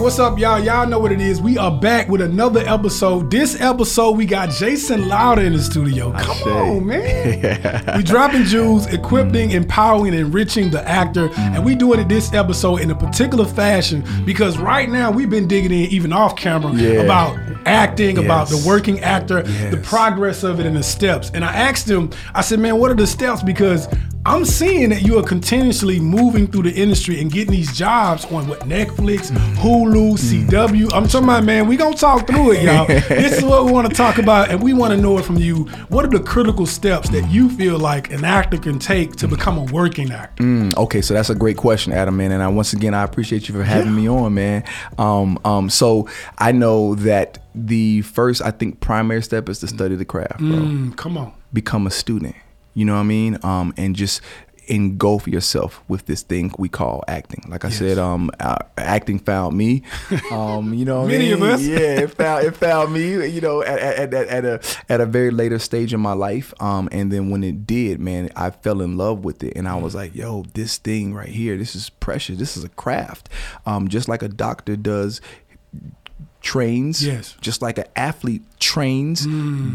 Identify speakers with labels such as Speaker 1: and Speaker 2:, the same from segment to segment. Speaker 1: what's up, y'all? Y'all know what it is. We are back with another episode. This episode, we got Jason Lauder in the studio. Come
Speaker 2: Ashe.
Speaker 1: on, man. We dropping jewels, equipping, empowering, and enriching the actor, and we doing it this episode in a particular fashion because right now we've been digging in, even off camera,
Speaker 2: Yeah.
Speaker 1: about acting, about the
Speaker 2: Yes.
Speaker 1: working actor, the
Speaker 2: Yes.
Speaker 1: progress of it, and the steps. And I asked him, I said, "Man, what are the steps?" Because I'm seeing that you are continuously moving through the industry and getting these jobs on what Netflix, Hulu, CW. I'm talking about, man, we gonna talk through it, y'all. this is what we want to talk about, and we want to know it from you. What are the critical steps that you feel like an actor can take to become a working actor?
Speaker 2: Mm, Okay, so that's a great question, Adam, man. And I once again I appreciate you for having me on, man. Um, um, so I know that the first, I think, primary step is to study the craft, bro.
Speaker 1: Mm, come on.
Speaker 2: Become a student. You know what I mean? Um, and just engulf yourself with this thing we call acting. Like I said, um, uh, acting found me. Um, you know, what I
Speaker 1: Many of
Speaker 2: mean?
Speaker 1: us.
Speaker 2: Yeah, it found it found me. You know, at, at, at, at a at a very later stage in my life. Um, and then when it did, man, I fell in love with it, and I
Speaker 1: Mm.
Speaker 2: was like, yo, this thing right here, this is precious. This is a craft. Um, just like a doctor does trains
Speaker 1: Yes.
Speaker 2: just like an athlete trains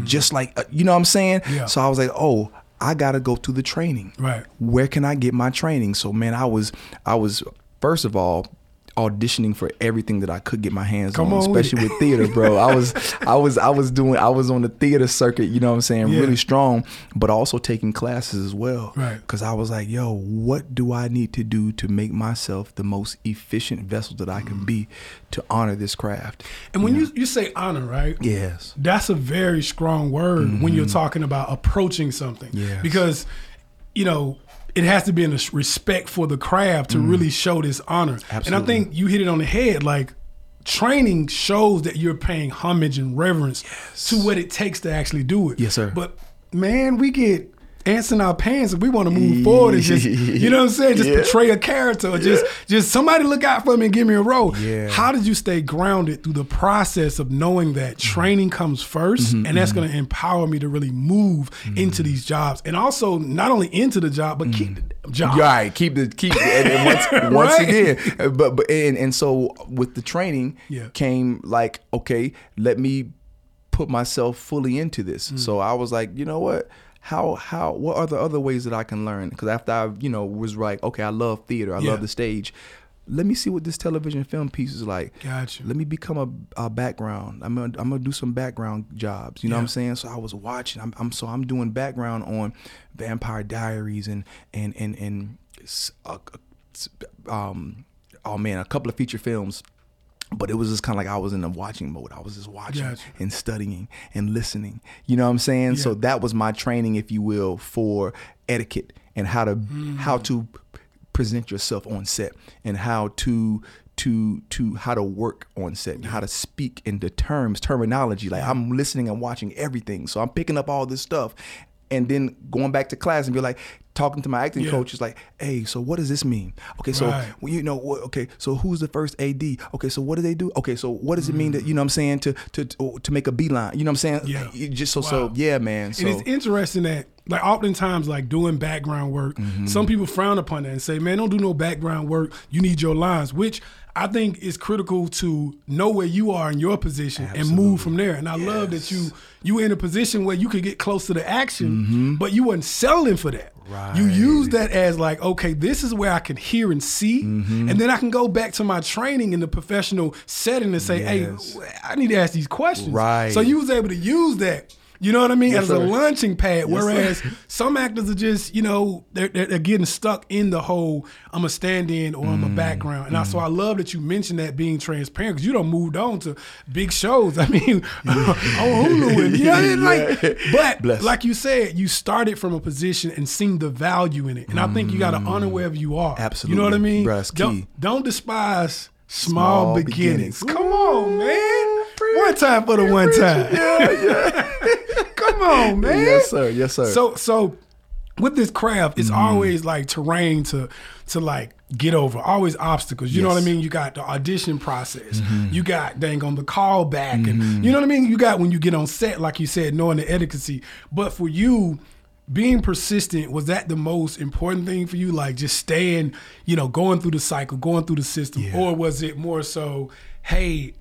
Speaker 2: just like uh, you know what i'm saying
Speaker 1: Mm. Yeah.
Speaker 2: so i was like oh i gotta go through the training
Speaker 1: Right.
Speaker 2: where can i get my training so man i was i was first of all auditioning for everything that i could get my hands
Speaker 1: Come
Speaker 2: on,
Speaker 1: on with
Speaker 2: especially with theater bro i was i was i was doing i was on the theater circuit you know what i'm saying
Speaker 1: Yeah.
Speaker 2: really strong but also taking classes as well
Speaker 1: Right.
Speaker 2: because I was like, yo, what do I need to do to make myself the most efficient vessel that I
Speaker 1: Mm.
Speaker 2: can be to honor this craft?
Speaker 1: And when you you say honor, right?
Speaker 2: Yes.
Speaker 1: That's a very strong word when you're talking about approaching something.
Speaker 2: Mm-hmm. Yes.
Speaker 1: Because, you know, it has to be in a s- respect for the craft to really show this honor. And I
Speaker 2: Mm. Absolutely.
Speaker 1: think you hit it on the head. Like, training shows that you're paying homage and reverence to what it takes to actually do it.
Speaker 2: Yes, sir.
Speaker 1: But, man, we get. Ants in our pants, and we want to move forward and just, you know what I'm saying, just
Speaker 2: Yeah.
Speaker 1: portray a character, or just, just somebody look out for me and give me a role.
Speaker 2: Yeah.
Speaker 1: How did you stay grounded through the process of knowing that
Speaker 2: Mm-hmm.
Speaker 1: training comes 1st and that's going to empower me to really move
Speaker 2: Mm-hmm.
Speaker 1: into these jobs and also not only into the job but keep
Speaker 2: Mm.
Speaker 1: the job.
Speaker 2: Right, keep the keep and, and once, once
Speaker 1: Right.
Speaker 2: again, uh, but but and and so with the training
Speaker 1: Yeah.
Speaker 2: came like okay, let me put myself fully into this.
Speaker 1: Mm.
Speaker 2: So I was like, you know what? How how what are the other ways that I can learn? Because after I you know was like, okay, I love theater, I
Speaker 1: Yeah.
Speaker 2: love the stage. Let me see what this television film piece is like.
Speaker 1: Gotcha.
Speaker 2: Let me become a, a background. I'm gonna, I'm gonna do some background jobs. You know what I'm saying? So I was watching. I'm, I'm so I'm doing background on Vampire Diaries and and and and s- uh, s- um oh man, a couple of feature films. But it was just kind of like I was in a watching mode. I was just watching
Speaker 1: Gotcha.
Speaker 2: and studying and listening. You know what I'm saying? So that was my training, if you will, for etiquette and how to how to present yourself on set and how to to to how to work on set and how to speak in the terms terminology. Like I'm listening and watching everything, so I'm picking up all this stuff. And then going back to class and be like, talking to my acting coach is like, "Hey, so what does this mean? Okay, so
Speaker 1: Right.
Speaker 2: well, you know what okay so who's the first ad okay so what do they do okay so what does it mean that you know what i'm saying to to to make a beeline you know what i'm saying
Speaker 1: Yeah.
Speaker 2: You just so so
Speaker 1: Wow.
Speaker 2: yeah man so
Speaker 1: And it's interesting that like oftentimes like doing background work,
Speaker 2: Mm-hmm.
Speaker 1: some people frown upon that and say, "Man, don't do no background work. You need your lines," which I think is critical to know where you are in your position and move from there. And I love that you you were in a position where you could get close to the action,
Speaker 2: Mm-hmm.
Speaker 1: but you weren't selling for that. You use that as like, okay, this is where I can hear and see,
Speaker 2: Mm-hmm.
Speaker 1: and then I can go back to my training in the professional setting and say,
Speaker 2: Yes.
Speaker 1: hey, I need to ask these questions.
Speaker 2: Right.
Speaker 1: So you was able to use that. You know what I mean? As a
Speaker 2: sir.
Speaker 1: launching pad.
Speaker 2: sir.
Speaker 1: whereas some actors are just, you know, they're, they're, they're getting stuck in the whole I'm a stand in or
Speaker 2: Mm.
Speaker 1: I'm a background. And I, so I love that you mentioned that being transparent because you don't moved on to big shows. I mean, on Hulu. And, you know what I mean? Like, but
Speaker 2: Bless.
Speaker 1: like you said, you started from a position and seen the value in it. And I think you got to honor wherever you are. You know what I
Speaker 2: Mm. Absolutely.
Speaker 1: mean?
Speaker 2: Bruh, it's
Speaker 1: Don't,
Speaker 2: key.
Speaker 1: don't despise small,
Speaker 2: Small
Speaker 1: beginnings.
Speaker 2: beginnings.
Speaker 1: Come on, man. One time for the one time. Come on, man.
Speaker 2: yes sir yes sir Mm.
Speaker 1: So so with this craft, it's always like terrain to to like get over. Always obstacles. You know what I
Speaker 2: Yes. Mm-hmm.
Speaker 1: mean? You got the audition process. You got dang on the callback and you know what I mean? You got when you get on set, like you said, knowing the etiquette. But for you, being persistent, was that the most important thing for you? Like just staying, you know, going through the cycle, going through the system, or was it more so hey,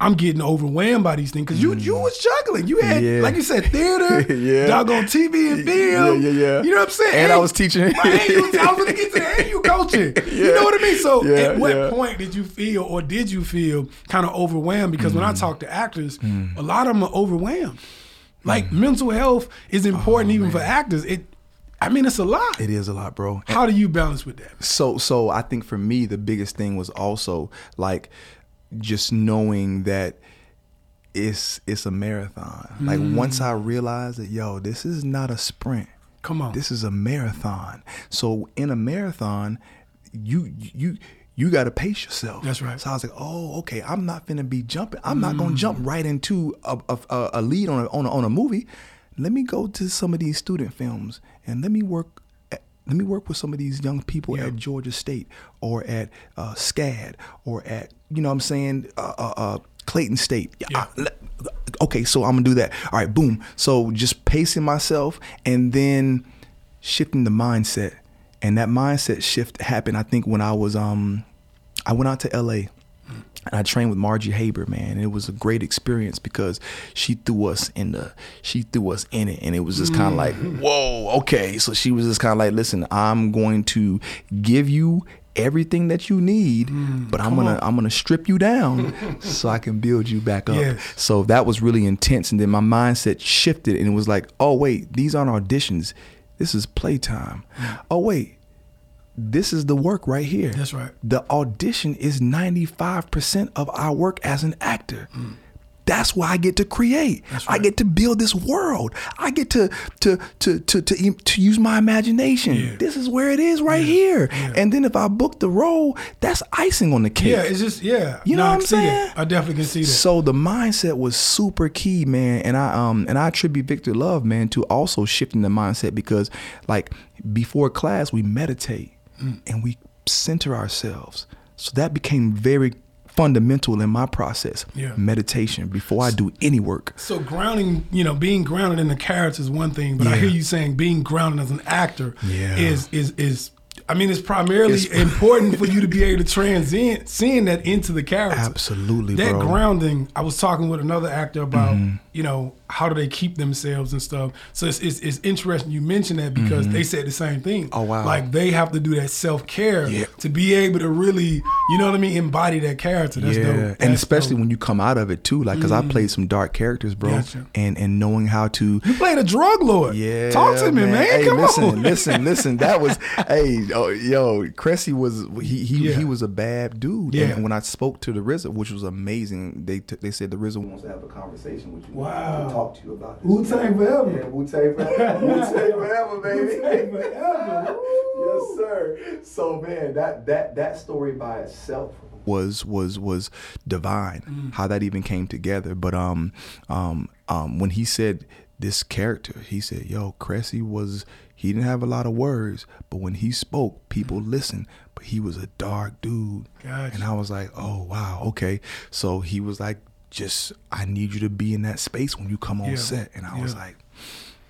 Speaker 1: I'm getting overwhelmed by these things because you you was juggling. You had
Speaker 2: Mm. Yeah.
Speaker 1: like you said theater,
Speaker 2: Yeah.
Speaker 1: doggone TV and film.
Speaker 2: Yeah, yeah, yeah.
Speaker 1: You know what I'm saying?
Speaker 2: And I was teaching.
Speaker 1: Right, and you was, I was gonna get to that. And you coaching. You know what I mean? So
Speaker 2: Yeah,
Speaker 1: at what
Speaker 2: yeah.
Speaker 1: point did you feel or did you feel kind of overwhelmed? Because when I
Speaker 2: Mm.
Speaker 1: talk to actors, a lot of them are overwhelmed. Like
Speaker 2: Mm.
Speaker 1: mental health is
Speaker 2: Oh,
Speaker 1: important even for actors. It, I mean, it's a lot.
Speaker 2: It is a lot, bro.
Speaker 1: How do you balance with that?
Speaker 2: so so I think for me the biggest thing was also like just knowing that it's it's a marathon. Like
Speaker 1: Mm.
Speaker 2: once I realized that yo, this is not a sprint.
Speaker 1: Come on.
Speaker 2: This is a marathon. So in a marathon, you you you gotta pace yourself.
Speaker 1: That's right. Mm.
Speaker 2: So I was like, oh, okay. I'm not finna be jumping. I'm not gonna jump right into a, a, a- a lead on a, on a on a movie. Let me go to some of these student films and let me work. At, let me work with some of these young people at Georgia State or at uh, SCAD or at you know what I'm saying uh, uh, uh, Clayton State.
Speaker 1: Yeah.
Speaker 2: I- le- okay, so I'm gonna do that. All right, boom. So just pacing myself and then shifting the mindset. And that mindset shift happened, I think, when I was um I went out to LA and I trained with Margie Haber, man. And it was a great experience because she threw us in the she threw us in it. And it was just kind of like,
Speaker 1: Mm.
Speaker 2: whoa, okay. So she was just kind of like, listen, I'm going to give you everything that you need,
Speaker 1: Mm,
Speaker 2: but I'm gonna I'm gonna strip you down so I can build you back up.
Speaker 1: Yes.
Speaker 2: So that was really intense. And then my mindset shifted and it was like, oh wait, these aren't auditions. This is playtime. Oh wait, this is the work right here.
Speaker 1: Mm. That's right.
Speaker 2: The audition is 95% of our work as an actor. That's why I get to create. I get to build this world. I get to to to to to, im- to use my imagination. This is where it is right here. And then if I book the role, that's icing on the cake.
Speaker 1: Yeah, it's just yeah.
Speaker 2: You know
Speaker 1: Nah,
Speaker 2: what
Speaker 1: I
Speaker 2: I'm
Speaker 1: can see
Speaker 2: saying?
Speaker 1: That. I definitely can see that.
Speaker 2: So the mindset was super key, man. And I um and I attribute Victor Love, man, to also shifting the mindset because like before class we meditate
Speaker 1: Mm.
Speaker 2: and we center ourselves. So that became very fundamental in my process.
Speaker 1: Yeah.
Speaker 2: Meditation before I do any work.
Speaker 1: So grounding, you know, being grounded in the character is one thing, but I
Speaker 2: Yeah.
Speaker 1: hear you saying being grounded as an actor
Speaker 2: Yeah.
Speaker 1: is is is. I mean, it's primarily
Speaker 2: It's-
Speaker 1: important for you to be able to transcend seeing that into the character.
Speaker 2: Absolutely,
Speaker 1: that
Speaker 2: bro. Mm-hmm.
Speaker 1: grounding. I was talking with another actor about, you know, how do they keep themselves and stuff. So it's it's, it's interesting you mentioned that because they said the same thing.
Speaker 2: Mm-hmm. Oh, wow.
Speaker 1: Like they have to do that self care
Speaker 2: Yeah.
Speaker 1: to be able to really, you know what I mean, embody that character. That's dope.
Speaker 2: yeah, and
Speaker 1: That's
Speaker 2: especially
Speaker 1: dope. Mm.
Speaker 2: when you come out of it too, like because I played some dark characters, bro,
Speaker 1: Gotcha.
Speaker 2: and and knowing how to
Speaker 1: you played a drug lord.
Speaker 2: Yeah,
Speaker 1: talk to me, man.
Speaker 2: Hey,
Speaker 1: Come
Speaker 2: listen,
Speaker 1: on.
Speaker 2: listen, listen. That was, hey, oh, yo, Cressy was he he,
Speaker 1: Yeah.
Speaker 2: he was a bad dude.
Speaker 1: Yeah.
Speaker 2: And when I spoke to the RZA, which was amazing, they t- they said the RZA wants to have a conversation with you.
Speaker 1: Wow.
Speaker 2: To talk to you about this.
Speaker 1: Wu Tang
Speaker 2: Yeah,
Speaker 1: forever.
Speaker 2: Wu Tang forever. Wu Tang forever,
Speaker 1: Wu-Tang
Speaker 2: baby.
Speaker 1: forever.
Speaker 2: yes, sir. So man, that that that story by itself was was was divine.
Speaker 1: Mm.
Speaker 2: How that even came together. But um um um when he said this character, he said, "Yo, Cressy was he didn't have a lot of words, but when he spoke, people listened. But he was a dark dude."
Speaker 1: Mm. Gotcha.
Speaker 2: And I was like, "Oh, wow. Okay." So he was like, "Just I need you to be in that space when you come on
Speaker 1: Yeah.
Speaker 2: set." And I was
Speaker 1: Yeah.
Speaker 2: like,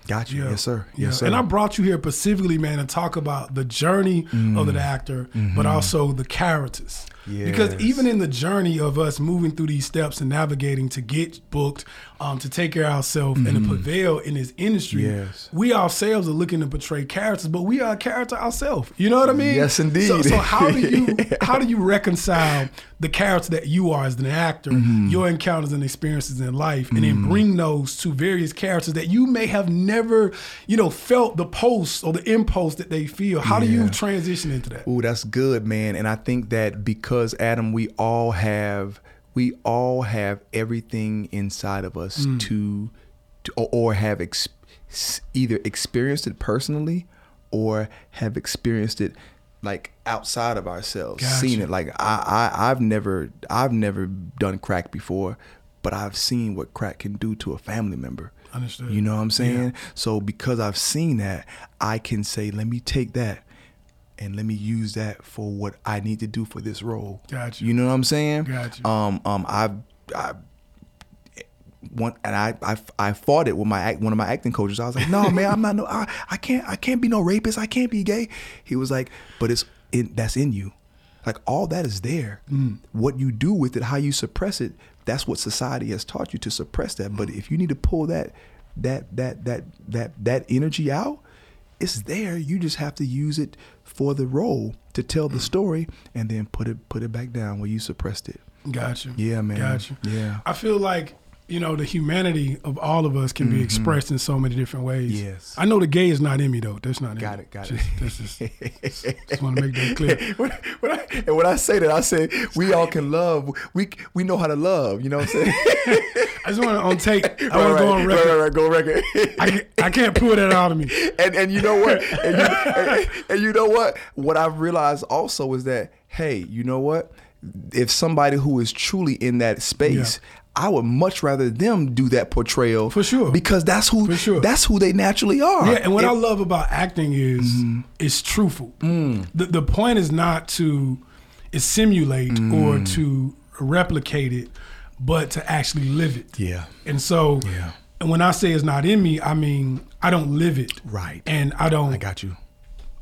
Speaker 2: Got you.
Speaker 1: Yeah.
Speaker 2: Yes, sir.
Speaker 1: Yeah.
Speaker 2: Yes, sir.
Speaker 1: And I brought you here specifically, man, to talk about the journey of
Speaker 2: Mm-hmm.
Speaker 1: the actor, but also the characters. Because
Speaker 2: Yes.
Speaker 1: even in the journey of us moving through these steps and navigating to get booked, um, to take care of ourselves and to prevail in this industry,
Speaker 2: Mm-hmm. Yes.
Speaker 1: we ourselves are looking to portray characters, but we are a character ourselves. You know what I mean?
Speaker 2: Yes,
Speaker 1: So,
Speaker 2: indeed.
Speaker 1: so how do you how do you reconcile the character that you are as an actor,
Speaker 2: Mm-hmm.
Speaker 1: your encounters and experiences in life, and then bring those to various characters that you may have never, you know, felt the pulse or the impulse that they feel? How do you
Speaker 2: Yeah.
Speaker 1: transition into that?
Speaker 2: Ooh, that's good, man. And I think that because Adam, we all have we all have everything inside of us
Speaker 1: Mm.
Speaker 2: to, to or, or have ex, either experienced it personally or have experienced it like outside of ourselves,
Speaker 1: Gotcha.
Speaker 2: seen it. Like I, I I've never I've never done crack before, but I've seen what crack can do to a family member.
Speaker 1: Understood.
Speaker 2: You know what I'm saying? So because I've seen that, I can say, let me take that and let me use that for what I need to do for this role.
Speaker 1: Gotcha.
Speaker 2: You know what I'm saying?
Speaker 1: Gotcha.
Speaker 2: Um, um, I've, I, one, and I, I, I fought it with my act, one of my acting coaches. I was like, no, man, I'm not no, I, I can't, I can't be no rapist. I can't be gay. He was like, but it's, it, that's in you. Like all that is there. What you do with it, how you suppress it, that's what society has taught you to suppress that. But if you need to pull that that that that that that energy out, it's there. You just have to use it for the role to tell the story and then put it put it back down where you suppressed it.
Speaker 1: Gotcha.
Speaker 2: Yeah, man.
Speaker 1: Gotcha.
Speaker 2: Yeah.
Speaker 1: I feel like you know the humanity of all of us can be expressed in so many different ways.
Speaker 2: Mm-hmm. Yes.
Speaker 1: I know the gay is not in me though. That's not in
Speaker 2: Got
Speaker 1: me.
Speaker 2: it, got
Speaker 1: Just- That's just, just want to make that clear.
Speaker 2: when, when I, and when I say that, I say we all can love. We we know how to love. You know what I'm saying?
Speaker 1: I just want to on tape. I want
Speaker 2: right,
Speaker 1: to go on
Speaker 2: right,
Speaker 1: record.
Speaker 2: right, right, go on record.
Speaker 1: I, can't, I can't pull that out of me.
Speaker 2: and and you know what? And you, and, and you know what? What I've realized also is that hey, you know what? If somebody who is truly in that space. I would much rather them do that portrayal
Speaker 1: For sure.
Speaker 2: because that's who
Speaker 1: For sure.
Speaker 2: that's who they naturally are.
Speaker 1: Yeah, and what I love about acting is it's truthful. The the point is not to is simulate or to replicate it, but to actually live it.
Speaker 2: Yeah.
Speaker 1: And so
Speaker 2: Yeah.
Speaker 1: and when I say it's not in me, I mean I don't live it.
Speaker 2: Right.
Speaker 1: And I don't I,
Speaker 2: got you.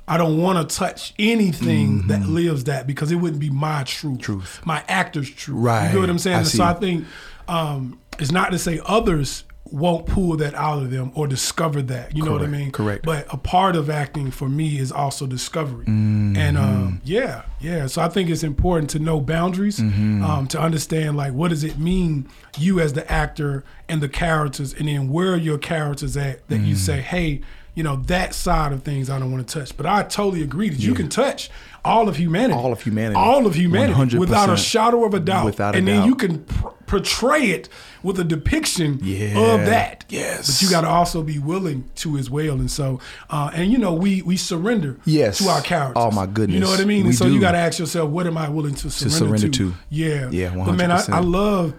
Speaker 1: don't want to touch anything that lives that because it wouldn't be my Mm-hmm. truth.
Speaker 2: Truth.
Speaker 1: My actor's truth. You
Speaker 2: Right.
Speaker 1: get what I'm saying?
Speaker 2: I
Speaker 1: And
Speaker 2: see.
Speaker 1: so I think um, it's not to say others won't pull that out of them or discover that. You know what I
Speaker 2: Correct,
Speaker 1: mean?
Speaker 2: correct.
Speaker 1: But a part of acting for me is also discovery.
Speaker 2: Mm-hmm.
Speaker 1: And um, yeah, yeah. So I think it's important to know boundaries,
Speaker 2: Mm-hmm.
Speaker 1: um, to understand like what does it mean you as the actor and the characters, and then where are your characters at that
Speaker 2: Mm-hmm.
Speaker 1: you say, hey. You know that side of things I don't want to touch, but I totally agree that you can touch all of humanity,
Speaker 2: All of humanity.
Speaker 1: all of humanity, without a
Speaker 2: 100%.
Speaker 1: shadow of a doubt,
Speaker 2: Without a
Speaker 1: and
Speaker 2: doubt.
Speaker 1: then you can pr- portray it with a depiction
Speaker 2: Yeah.
Speaker 1: of that.
Speaker 2: Yes.
Speaker 1: but you got to also be willing to as well. And so, uh, and you know, we we surrender
Speaker 2: Yes.
Speaker 1: to our characters.
Speaker 2: Oh, my goodness.
Speaker 1: you know what I mean.
Speaker 2: We
Speaker 1: and so
Speaker 2: do.
Speaker 1: you got to ask yourself, what am I willing to surrender,
Speaker 2: surrender to.
Speaker 1: Yeah,
Speaker 2: Yeah,
Speaker 1: But man, I,
Speaker 2: 100%.
Speaker 1: I love.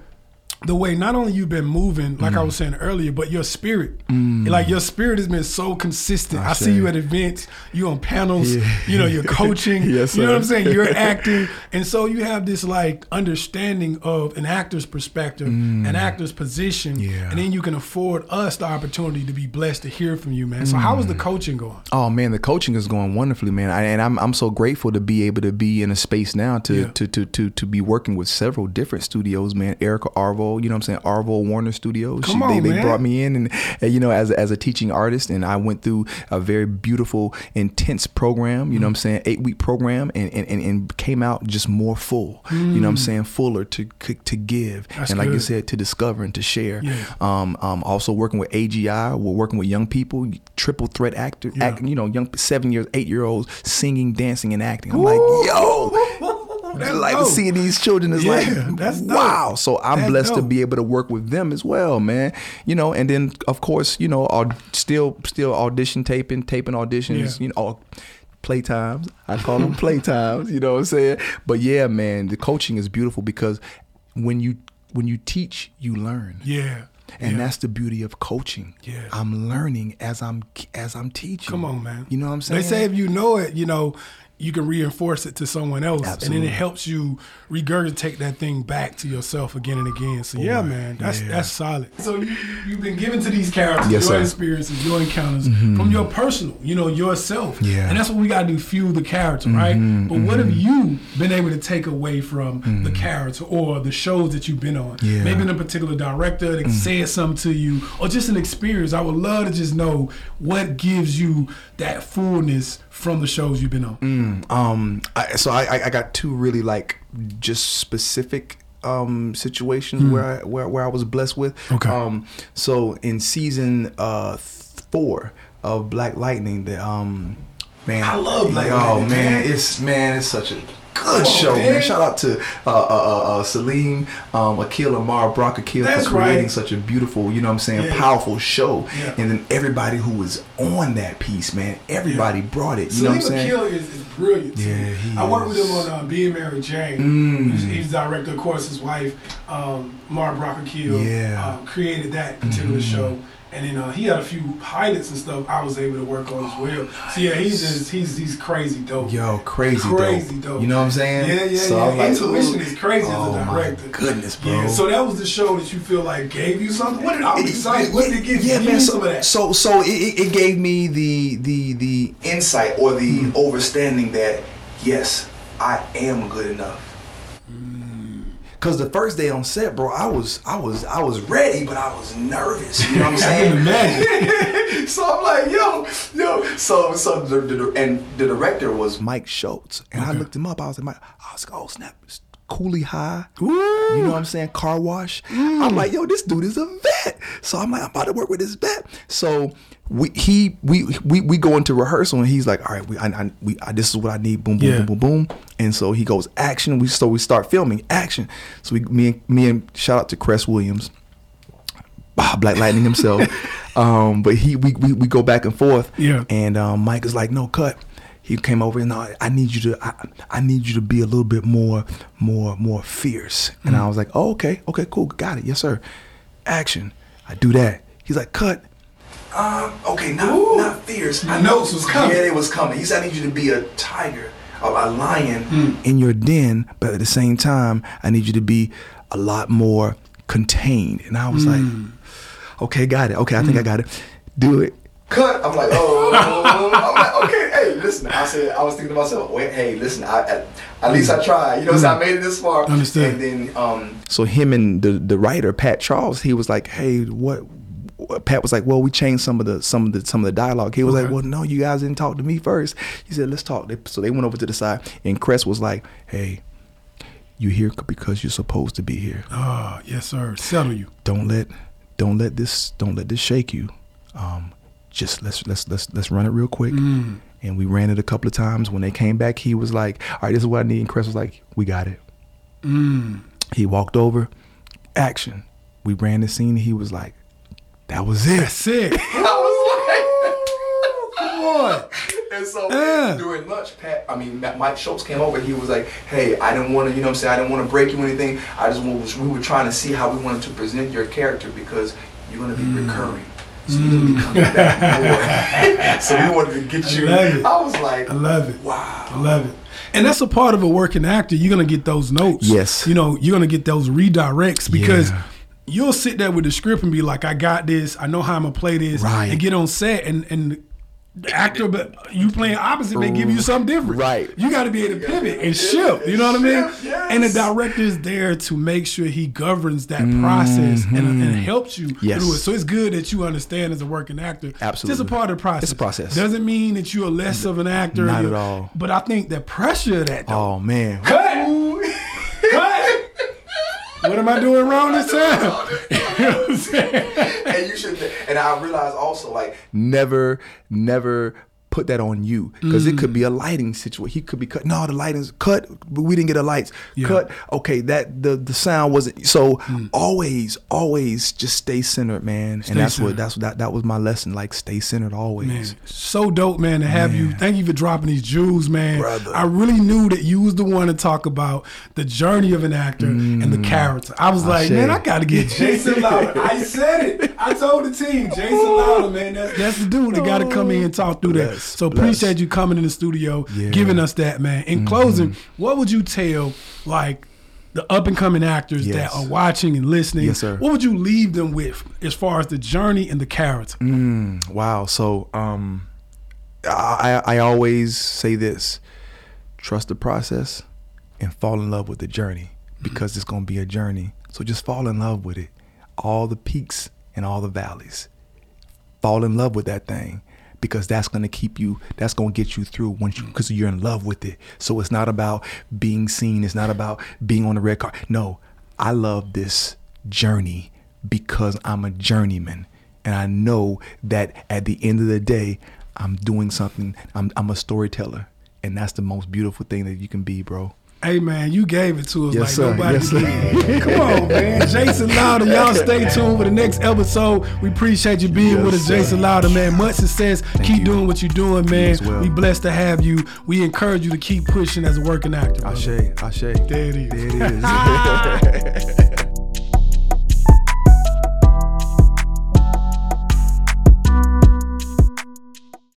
Speaker 1: The way not only you've been moving,
Speaker 2: Mm.
Speaker 1: like I was saying earlier, but your spirit, like your spirit has been so consistent. I, see
Speaker 2: say.
Speaker 1: you at events, you on panels, you know, you're coaching,
Speaker 2: Yes,
Speaker 1: you know
Speaker 2: sir.
Speaker 1: what I'm saying? You're acting. And so you have this like understanding of an actor's perspective, an actor's position.
Speaker 2: Yeah.
Speaker 1: And then you can afford us the opportunity to be blessed to hear from you, man. So how is the coaching going?
Speaker 2: Oh man, the coaching is going wonderfully, man, I, and I'm I'm so grateful to be able to be in a space now to
Speaker 1: Yeah.
Speaker 2: to, to to to be working with several different studios, man. Erica Arvo, you know what I'm saying, Arvo Warner Studios.
Speaker 1: Come
Speaker 2: they,
Speaker 1: on,
Speaker 2: they
Speaker 1: man.
Speaker 2: brought me in, and uh, you know, as a- as a teaching artist, and I went through a very beautiful, intense program. You know what I'm saying, eight week program, and, and and and came out just more full. You know what I'm saying, fuller to to to give,
Speaker 1: Mm. That's
Speaker 2: and like you
Speaker 1: good.
Speaker 2: said, to discover and to share.
Speaker 1: Yeah.
Speaker 2: Um, um, also working with AGI, we're working with young people, triple threat actor,
Speaker 1: Yeah.
Speaker 2: act, you know, young seven years, eight year olds singing, dancing, and acting. I'm like, yo,
Speaker 1: That's
Speaker 2: like
Speaker 1: dope.
Speaker 2: seeing these children is
Speaker 1: Yeah,
Speaker 2: like,
Speaker 1: that's dope.
Speaker 2: wow. So I'm
Speaker 1: That's
Speaker 2: blessed to
Speaker 1: dope.
Speaker 2: be able to work with them as well, man. You know, and then of course, you know, aud- still still audition taping, taping auditions,
Speaker 1: Yeah.
Speaker 2: you know. au- Playtimes, I call them playtimes. You know what I'm saying? But yeah, man, the coaching is beautiful because when you when you teach, you learn
Speaker 1: Yeah.
Speaker 2: and that's the beauty of coaching.
Speaker 1: Yeah.
Speaker 2: I'm learning as I'm as I'm teaching.
Speaker 1: Come on, man.
Speaker 2: You know what I'm saying?
Speaker 1: They say if you know it, you know, you can reinforce it to someone else, and
Speaker 2: Absolutely.
Speaker 1: then it helps you regurgitate that thing back to yourself again and again. So yeah, man, that's
Speaker 2: yeah.
Speaker 1: that's solid. So you, you've been given to these characters,
Speaker 2: Yes,
Speaker 1: your
Speaker 2: sir. Mm-hmm.
Speaker 1: experiences, your encounters from your personal, you know, yourself.
Speaker 2: Yeah. Mm-hmm,
Speaker 1: and that's what we got to do: fuel the character, right? But what have you been able to take away from the character or the shows that you've been on?
Speaker 2: Yeah.
Speaker 1: Maybe in a particular director that said something to you, or just an experience. I would love to just know what gives you that fullness from the shows you've been on.
Speaker 2: um I, so I, I- I got two really like just specific um situations where I where, where I was blessed with.
Speaker 1: Okay.
Speaker 2: Um so in season uh four of Black Lightning, the um man
Speaker 1: I love Black
Speaker 2: oh,
Speaker 1: Lightning,
Speaker 2: man,
Speaker 1: man.
Speaker 2: it's man, it's such a good
Speaker 1: on,
Speaker 2: show, man.
Speaker 1: man.
Speaker 2: Shout out to uh, uh, uh, uh, Salim, um, Akil Amar, Brock Akil
Speaker 1: That's
Speaker 2: for creating
Speaker 1: right.
Speaker 2: such a beautiful, you know what I'm saying,
Speaker 1: Yeah.
Speaker 2: powerful show.
Speaker 1: Yeah.
Speaker 2: And then everybody who was on that piece, man, everybody brought it. You know what I'm
Speaker 1: Salim
Speaker 2: saying?
Speaker 1: Akil is, is brilliant. too.
Speaker 2: Yeah, he
Speaker 1: I worked with
Speaker 2: is. Mm.
Speaker 1: him on uh, Being Mary Jane. He's, he's director, of course, his wife, um, Mara Brock Akil,
Speaker 2: Yeah. Mm-hmm.
Speaker 1: um, created that particular show. And then uh, he had a few pilots and stuff I was able to work on as well. So yeah, he's just he's he's crazy dope.
Speaker 2: Yo, crazy,
Speaker 1: Crazy
Speaker 2: dope.
Speaker 1: dope.
Speaker 2: You know what I'm saying?
Speaker 1: Yeah, yeah,
Speaker 2: So
Speaker 1: yeah.
Speaker 2: I'm like,
Speaker 1: Intuition
Speaker 2: ooh.
Speaker 1: is crazy
Speaker 2: oh
Speaker 1: as a director.
Speaker 2: My goodness, bro.
Speaker 1: Yeah, so that was the show that you feel like gave you something. What did I was excited? What did it give you?
Speaker 2: yeah,
Speaker 1: Give
Speaker 2: man.
Speaker 1: me
Speaker 2: So,
Speaker 1: some of that.
Speaker 2: so, so it, it it
Speaker 1: Hmm.
Speaker 2: gave me the the the insight or the overstanding that yes, I am good enough.
Speaker 1: Hmm.
Speaker 2: Cause the first day on set, bro, I was I was I was ready, but I was nervous. You know what I'm saying? so I'm like, yo, yo. So so the, the, and the director was Mike Schultz, and I looked him up. I was like, Mike, I was like, oh snap, it's Cooley High. You know what I'm saying? Car wash. I'm like, yo, this dude is a vet. So I'm like, I'm about to work with this vet. So we he we we, we go into rehearsal and he's like, all right, we I, I, we I, this is what I need. Boom boom
Speaker 1: Yeah.
Speaker 2: boom boom boom. And so he goes action. We so we start filming action. So we me and me and shout out to Cress Williams. Ah, Black Lightning himself. um, but he we, we we go back and forth.
Speaker 1: Yeah.
Speaker 2: And um, Mike is like, no cut. He came over and I, I need you to I, I need you to be a little bit more more more fierce. And I was like, oh, okay, okay, cool, got it, yes sir. Action. I do that. He's like, cut. Um, okay, not not fierce. I
Speaker 1: Notes was coming.
Speaker 2: Yeah, it was coming. He said, I need you to be a tiger, or a lion Mm. in your den, but at the same time, I need you to be a lot more contained. And I was like, okay, got it. Okay, I think I got it. Do it. Mm. Cut. I'm like, oh, I'm like, okay, hey, listen. I said, I was thinking to myself, wait, hey, listen, I, at, at least I tried. You know, so I made it this far.
Speaker 1: Understood.
Speaker 2: And then, um, Mm. so him and the the writer Pat Charles, he was like, hey, what? Pat was like, well, we changed some of the some of the some of the dialogue. He was like, well, no, you guys didn't talk to me first. He said, let's talk. They, so they went over to the side, and Cress was like, hey, you here because you're supposed to be here
Speaker 1: Ah, yes, sir. Settle you.
Speaker 2: don't let don't let this don't let this shake you. Um, just let's let's let's let's run it real quick. And we ran it a couple of times. When they came back, he was like, "All right, this is what I need." And Chris was like, "We got it." He walked over. Action. We ran the scene. He was like, "That was it."
Speaker 1: That's it.
Speaker 2: I was like, And so
Speaker 1: Yeah.
Speaker 2: during lunch, Pat, I mean Ma- Mike Schultz came over. He was like, "Hey, I didn't want to, you know, what I'm saying I didn't want to break you or anything. I just was, we were trying to see how we wanted to present your character because you're gonna be recurring, so you're gonna be coming back more. so we wanted to get you.
Speaker 1: love it.
Speaker 2: I was like,
Speaker 1: I love it.
Speaker 2: wow.
Speaker 1: I love it. And that's a part of a working actor. You're gonna get those notes.
Speaker 2: Yes.
Speaker 1: You know, you're gonna get those redirects because
Speaker 2: Yeah.
Speaker 1: you'll sit there with the script and be like, I got this, I know how I'm gonna play this.
Speaker 2: Right.
Speaker 1: And get on set and and the actor but you playing opposite may give you something different.
Speaker 2: Right.
Speaker 1: You gotta be able to pivot and shift. You know what I mean?
Speaker 2: Shift, yes.
Speaker 1: And the director is there to make sure he governs that process and, and helps you
Speaker 2: Mm-hmm. Yes.
Speaker 1: through it. So it's good that you understand as a working actor. It's
Speaker 2: Absolutely.
Speaker 1: just a part of the process.
Speaker 2: It's a process.
Speaker 1: Doesn't mean that you're less of an actor.
Speaker 2: Not
Speaker 1: You're-
Speaker 2: at all.
Speaker 1: but I think the pressure of that though.
Speaker 2: Oh man. Oh.
Speaker 1: Cut! what am I doing wrong this time? You know what I'm saying?
Speaker 2: and you should. And I realize also, like, never, never put that on you because it could be a lighting situation. He could be cut. No, the lighting's cut. But we didn't get the lights. Cut. Okay, that the the sound wasn't. So always, always just stay centered, man. and that's what
Speaker 1: centered.
Speaker 2: that's what that, that was my lesson. Like, stay centered always.
Speaker 1: So dope, man, to have you. Thank you for dropping these jewels, man.
Speaker 2: Brother.
Speaker 1: I really knew that you was the one to talk about the journey of an actor and
Speaker 2: Mm.
Speaker 1: the character. I was like,
Speaker 2: say.
Speaker 1: man, I gotta get Jason Lauder. I said it. I told the team, Jason Lauder, man. That's, that's the dude that gotta come in and talk through that.
Speaker 2: Bless,
Speaker 1: So
Speaker 2: bless. Mm-hmm.
Speaker 1: appreciate you coming in the studio, giving us that, man. In closing, what would you tell like the up and coming actors that
Speaker 2: Yes.
Speaker 1: are watching and listening?
Speaker 2: Yes, sir.
Speaker 1: What would you leave them with as far as the journey and the character?
Speaker 2: Mm, Wow. So, um, I I I always say this: trust the process and fall in love with the journey because it's gonna be a journey. So just fall in love with it. All the peaks and all the valleys. Fall in love with that thing because that's gonna keep you. That's gonna get you through once you because you're in love with it. So it's not about being seen. It's not about being on the red car. No, I love this journey because I'm a journeyman and I know that at the end of the day, I'm doing something. I'm, I'm a storyteller, and that's the most beautiful thing that you can be, bro.
Speaker 1: Hey man, you gave it to us
Speaker 2: Yes,
Speaker 1: like
Speaker 2: sir.
Speaker 1: nobody
Speaker 2: Yes, sir.
Speaker 1: did. Come on, man. Jason Louder, y'all stay tuned for the next episode. We appreciate you being
Speaker 2: Yes,
Speaker 1: with us,
Speaker 2: sir.
Speaker 1: Jason Louder, man. Much success. keep
Speaker 2: you.
Speaker 1: doing what you're doing, man.
Speaker 2: as well.
Speaker 1: We blessed to have you. We encourage you to keep pushing as a working actor. brother.
Speaker 2: Ashe, Ashe. There
Speaker 1: it is.
Speaker 2: There it is.